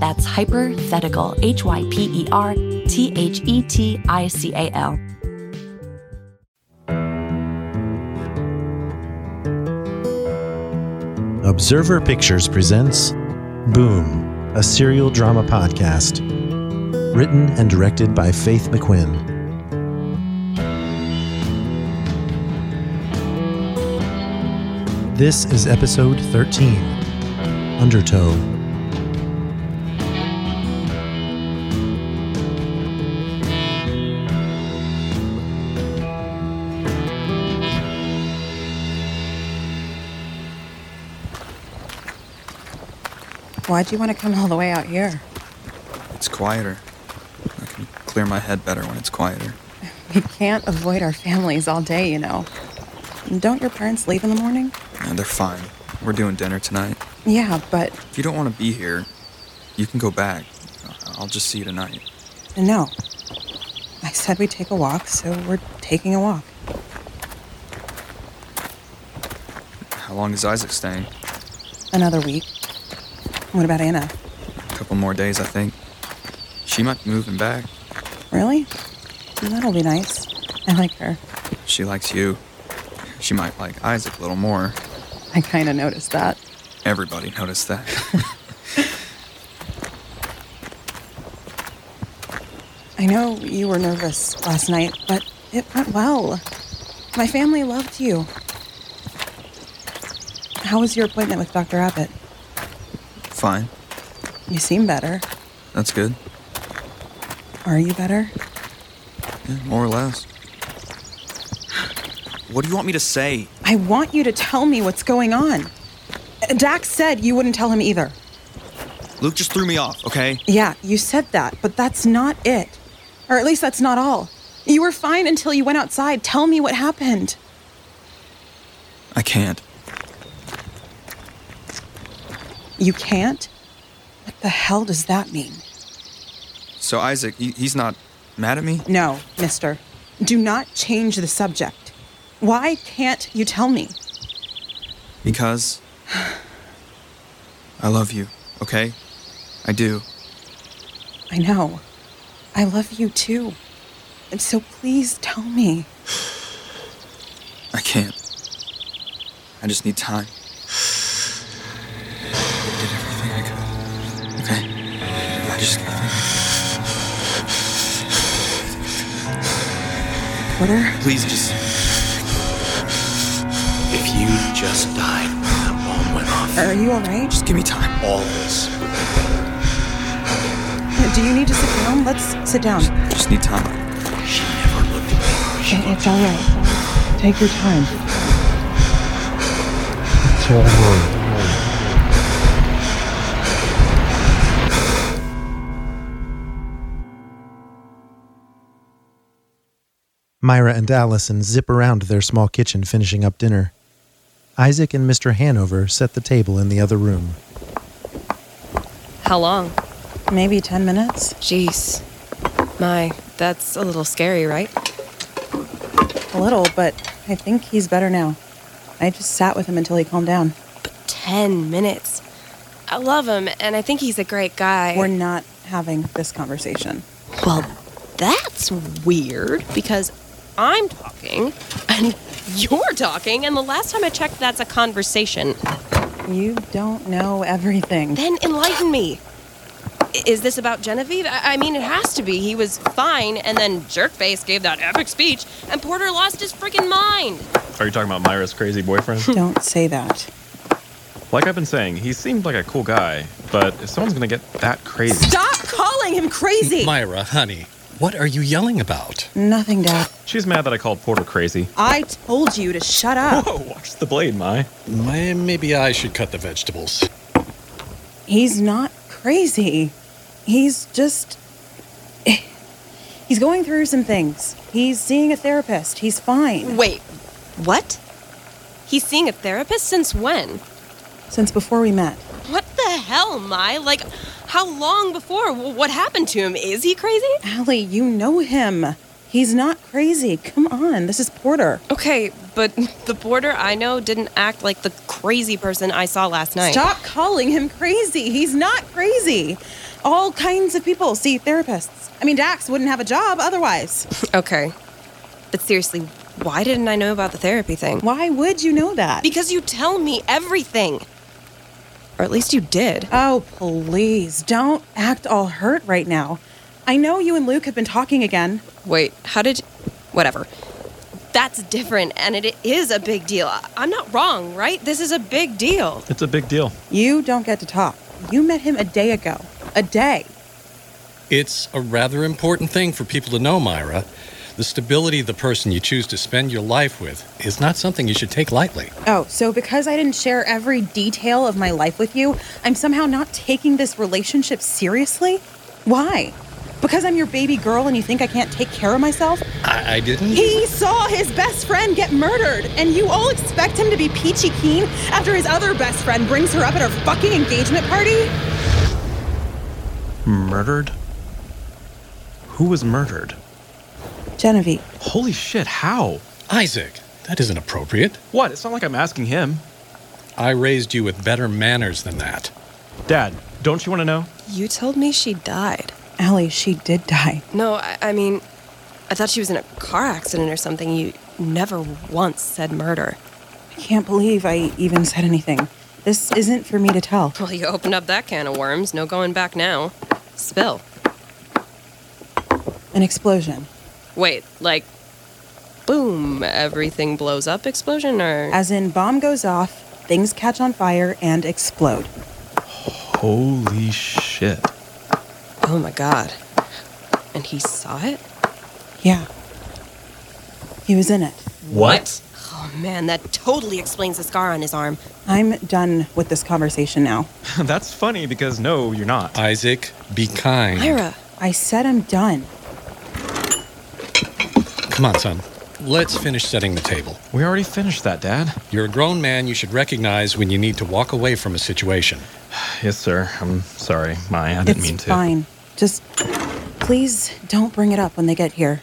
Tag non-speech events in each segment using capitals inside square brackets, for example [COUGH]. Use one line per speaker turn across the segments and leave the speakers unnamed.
That's hypothetical, H Y P E R T H E T I C A L.
Observer Pictures presents Boom, a serial drama podcast. Written and directed by Faith McQuinn. This is episode 13 Undertow.
Why'd you want to come all the way out here?
It's quieter. I can clear my head better when it's quieter.
We can't avoid our families all day, you know. And Don't your parents leave in the morning?
And they're fine. We're doing dinner tonight.
Yeah, but
If you don't want to be here, you can go back. I'll just see you tonight.
no. I said we'd take a walk, so we're taking a walk.
How long is Isaac staying?
Another week. What about Anna?
A couple more days, I think. She might be moving back.
Really? That'll be nice. I like her.
She likes you. She might like Isaac a little more.
I kind of noticed that.
Everybody noticed that. [LAUGHS]
I know you were nervous last night, but it went well. My family loved you. How was your appointment with Dr. Abbott?
fine.
You seem better.
That's good.
Are you better?
Yeah, more or less. What do you want me to say?
I want you to tell me what's going on. Dax said you wouldn't tell him either.
Luke just threw me off, okay?
Yeah, you said that, but that's not it. Or at least that's not all. You were fine until you went outside. Tell me what happened.
I can't.
You can't? What the hell does that mean?
So, Isaac, he, he's not mad at me?
No, mister. Do not change the subject. Why can't you tell me?
Because I love you, okay? I do.
I know. I love you too. And so please tell me.
I can't. I just need time. [SIGHS] I did everything I could. Okay? I just.
Porter?
Please just.
If you just died when that bomb went off,
Are you alright?
Just give me time.
all this would have
Do you need to sit down? Let's sit down.
Just need time.
been. She never looked at me. She
It's alright. Take your time.
[LAUGHS] Myra and Allison zip around their small kitchen finishing up dinner. Isaac and Mr. Hanover set the table in the other room.
How long?
Maybe 10 minutes?
Jeez. My, that's a little scary, right?
A little, but I think he's better now. I just sat with him until he calmed down.
10 minutes. I love him, and I think he's a great guy.
We're not having this conversation.
well, that's weird because I'm talking and you're talking, and the last time I checked, that's a conversation.
You don't know everything.
Then enlighten me. Is this about Genevieve? I, I mean, it has to be. He was fine, and then Jerkface gave that epic speech, and Porter lost his freaking mind.
Are you talking about Myra's crazy [LAUGHS] boyfriend?
Don't say that.
like I've been saying, he seemed like a cool guy, but if someone's gonna get that crazy,
Stop calling him crazy.
Myra, honey, what are you yelling about?
Nothing, Dad.
she's mad that I called Porter crazy.
I told you to shut up.
Whoa, Oh, watch the blade, my.
May- Maybe I should cut the vegetables.
He's not crazy. He's just. [SIGHS] He's going through some things. He's seeing a therapist. He's fine.
Wait, what? He's seeing a therapist since when?
Since before we met.
What the hell, Mai? Like, how long before? Wh- What happened to him? Is he crazy?
Allie, you know him. He's not crazy. Come on. This is Porter.
Okay, but [LAUGHS] the border I know didn't act like the crazy person I saw last night.
Stop calling him crazy. He's not crazy. All kinds of people see therapists. I mean, Dax wouldn't have a job otherwise.
Okay. But seriously, why didn't I know about the therapy thing?
Why would you know that?
Because you tell me everything. Or at least you did.
oh, please, don't act all hurt right now. I know you and Luke have been talking again.
Wait, how did. Whatever. That's different, and it is a big deal. I- I'm not wrong, right? This is a big deal.
It's a big deal.
You don't get to talk. You met him a day ago. A day.
It's a rather important thing for people to know, Myra. The stability of the person you choose to spend your life with is not something you should take lightly.
Oh, so because I didn't share every detail of my life with you, I'm somehow not taking this relationship seriously? Why? Because I'm your baby girl and you think I can't take care of myself?
I, I didn't.
He saw his best friend get murdered, and you all expect him to be peachy keen after his other best friend brings her up at her fucking engagement party?
Murdered? Who was murdered?
Genevieve.
Holy shit, how?
Isaac, that isn't appropriate.
What? It's not like I'm asking him.
I raised you with better manners than that.
Dad, don't you wanna know?
You told me she died.
Allie, she did die.
No, I, I mean, I thought she was in a car accident or something. You never once said murder.
I can't believe I even said anything. This isn't for me to tell.
Well, you opened up that can of worms. No going back now. Spill.
An explosion.
Wait, like, boom, everything blows up explosion or.
As in, bomb goes off, things catch on fire, and explode.
Holy shit.
oh my god. And he saw it?
Yeah. He was in it.
What?
Oh man, that totally explains the scar on his arm.
I'm done with this conversation now.
[LAUGHS] That's funny because no, you're not.
Isaac, be kind.
Myra,
I said I'm done.
Come on, son. Let's finish setting the table.
We already finished that, Dad.
You're a grown man you should recognize when you need to walk away from a situation.
Yes, sir. I'm sorry, Maya. I didn't
It's
mean to.
fine. Just please don't bring it up when they get here.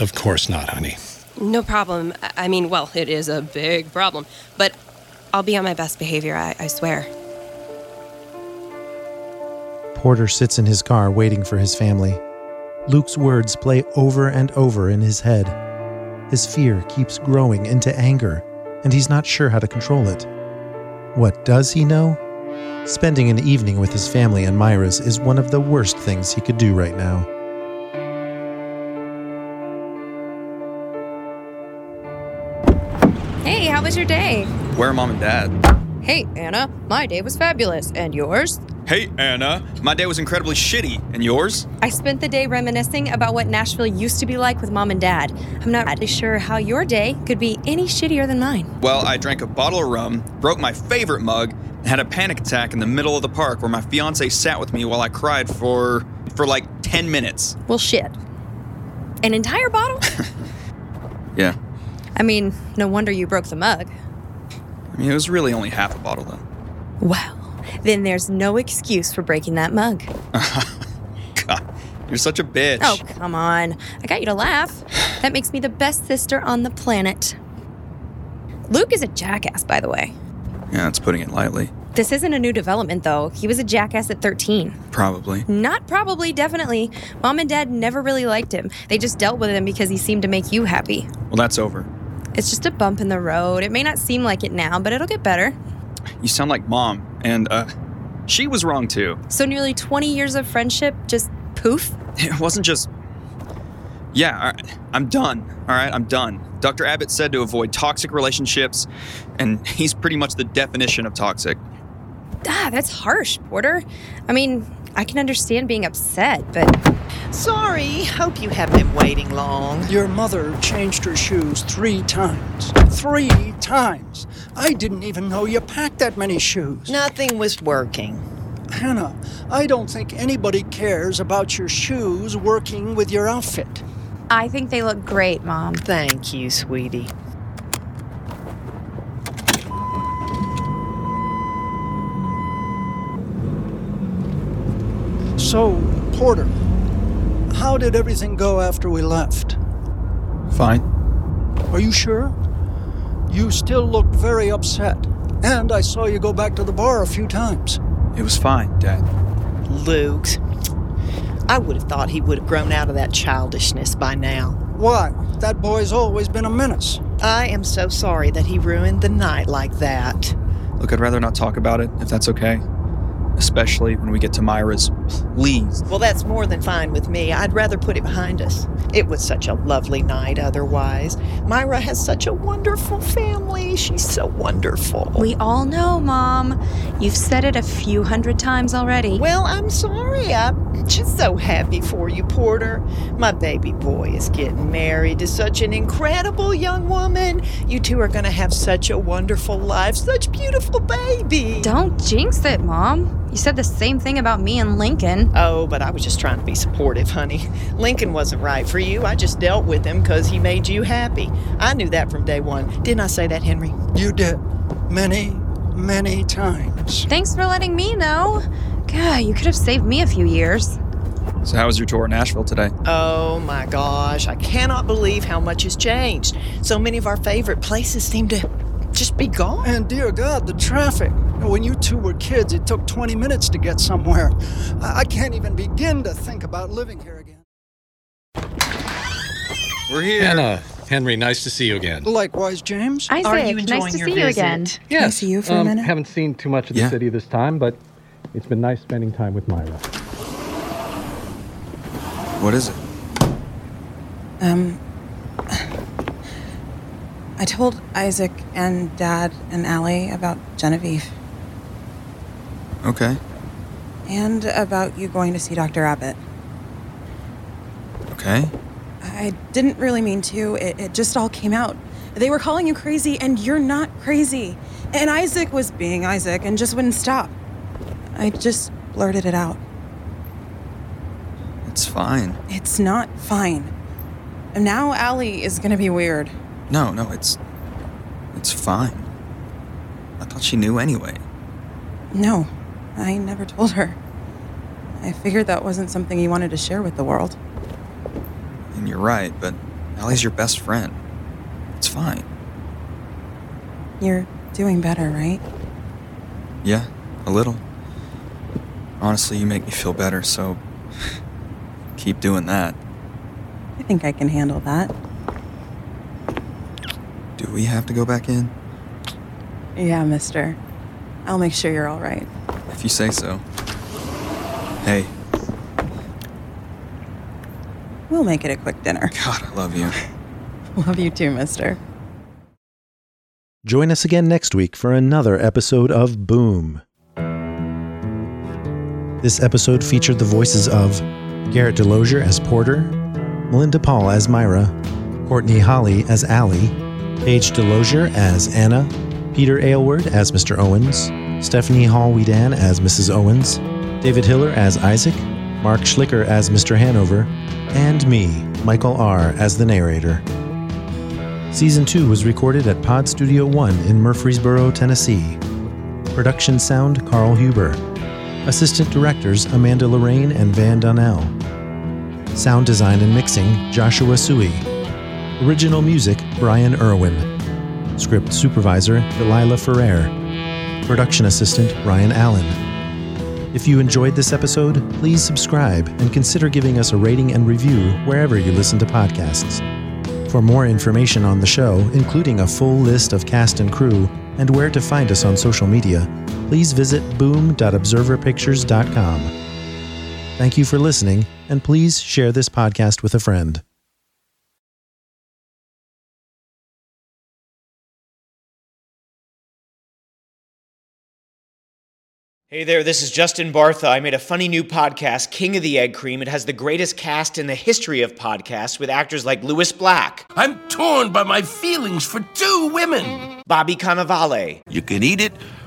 Of course not, honey.
no problem. I- I mean, well, it is a big problem, but I'll be on my best behavior, I, I swear.
Porter sits in his car waiting for his family. Luke's words play over and over in his head. His fear keeps growing into anger, and he's not sure how to control it. What does he know? Spending an evening with his family and Myra's is one of the worst things he could do right now.
Hey, how was your day?
Where are mom and dad?
Hey, Anna, my day was fabulous. And yours?
Hey, Anna. My day was incredibly shitty. And yours?
I spent the day reminiscing about what Nashville used to be like with mom and dad. I'm not really sure how your day could be any shittier than mine.
Well, I drank a bottle of rum, broke my favorite mug, and had a panic attack in the middle of the park where my fiance sat with me while I cried for for like 10 minutes.
Well, shit. An entire bottle?
Yeah.
I mean, no wonder you broke the mug.
I mean, it was really only half a bottle though. [LAUGHS]
Well, then there's no excuse for breaking that mug.
God, you're such a bitch.
Oh, come on. I got you to laugh. That makes me the best sister on the planet. Luke is a jackass, by the way.
Yeah, that's putting it lightly.
This isn't a new development, though. He was a jackass at 13.
Probably.
Not probably, definitely. Mom and dad never really liked him. They just dealt with him because he seemed to make you happy.
Well, that's over.
It's just a bump in the road. It may not seem like it now, but it'll get better.
You sound like mom, and uh, She was wrong too. [LAUGHS]
So nearly 20 years of friendship just poof?
It wasn't just. Yeah, all right, I'm done. All right, I'm done. Dr. Abbott said to avoid toxic relationships, and he's pretty much the definition of toxic.
Ah, that's harsh, Porter. I mean, I can understand being upset, but
Sorry, hope you haven't been waiting long.
Your mother changed her shoes three times. Three times. I didn't even know you packed that many shoes.
Nothing was working.
Hannah, I don't think anybody cares about your shoes working with your outfit.
I think they look great, Mom.
Thank you, sweetie.
So, Porter, how did everything go after we left?
Fine.
Are you sure? You still look very upset. And I saw you go back to the bar a few times.
It was fine, Dad.
Luke's. I would have thought he would have grown out of that childishness by now.
Why? That boy's always been a menace.
I am so sorry that he ruined the night like that.
Look, I'd rather not talk about it, if that's okay. Especially when we get to Myra's. Please.
Well, that's more than fine with me. I'd rather put it behind us. It was such a lovely night otherwise. Myra has such a wonderful family. She's so wonderful.
we all know, Mom. You've said it a few hundred times already.
Well, I'm sorry. I'm just so happy for you, Porter. My baby boy is getting married to such an incredible young woman. You two are going to have such a wonderful life, such beautiful baby.
Don't jinx it, Mom. You said the same thing about me and Lincoln.
Oh, but I was just trying to be supportive, honey. Lincoln wasn't right for you. I just dealt with him because he made you happy. I knew that from day one. Didn't I say that, Henry?
You did. Many, many times.
Thanks for letting me know. God, you could have saved me a few years.
So, how was your tour in Nashville today?
Oh my gosh, I cannot believe how much has changed. So many of our favorite places seem to just be gone.
And dear God, the traffic. When you two were kids, it took 20 minutes to get somewhere. I, I can't even begin to think about living here again.
We're here.
Hannah, Henry, nice to see you again.
Likewise, James.
Isaac,
Are you enjoying
nice to
your
see you
visit?
again.
Can I see you for a minute?
um, Haven't seen too much of
the
the
Yeah. city
city this time, but it's been nice spending time with Myra.
What is it?
Um, I told Isaac and Dad and Allie about Genevieve
Okay.
and about you going to see Dr. Abbott.
Okay.
I didn't really mean to, it, it just all came out. They were calling you crazy, and you're not crazy. And Isaac was being Isaac and just wouldn't stop. I just blurted it out.
It's fine.
It's not fine. And now Allie is gonna be weird.
No, no, it's. It's fine. I thought she knew anyway.
No, I never told her. I figured that wasn't something you wanted to share with the world.
And you're right, but Allie's your best friend. It's fine.
You're doing better, right?
Yeah, a little. Honestly, you make me feel better, so [SIGHS] keep doing that.
I think I can handle that.
Do we have to go back in?
Yeah, mister. I'll make sure you're all right.
If you say so. Hey,
We'll make it a quick dinner. [LAUGHS]
God, I love you.
Love you too, mister.
Join us again next week for another episode of Boom. This episode featured the voices of Garrett DeLosier as Porter, Melinda Paul as Myra, Courtney Holly as Allie, Paige DeLosier as Anna, Peter Aylward as Mr. Owens, Stephanie Hall Weedan as Mrs. Owens, David Hiller as Isaac, Mark Schlicker as Mr. Hanover, and me, Michael R., as the narrator. Season 2 was recorded at Pod Studio 1 in Murfreesboro, Tennessee. Production sound Carl Huber. Assistant directors Amanda Lorraine and Van Donnell. Sound design and mixing Joshua Sui. Original music Brian Irwin. Script supervisor Delilah Ferrer. Production assistant Ryan Allen. If you enjoyed this episode, please subscribe and consider giving us a rating and review wherever you listen to podcasts. For more information on the show, including a full list of cast and crew and where to find us on social media, please visit boom.observerpictures.com. Thank you for listening, and please share this podcast with a friend.
Hey there, this is Justin Bartha. I made a funny new podcast, King of the Egg Cream. It has the greatest cast in the history of podcasts with actors like Louis Black. I'm torn by my feelings for two women. Bobby Cannavale.
You can eat it,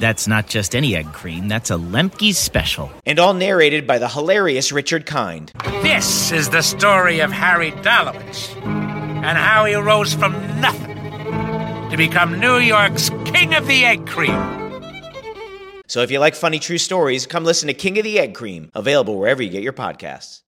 That's not just any egg cream, that's a Lemke's special.
And all narrated by the hilarious Richard Kind.
This is the story of Harry Dalowitz and how he rose from nothing to become New York's King of the Egg Cream.
So if you like funny true stories, come listen to King of the Egg Cream, available wherever you get your podcasts.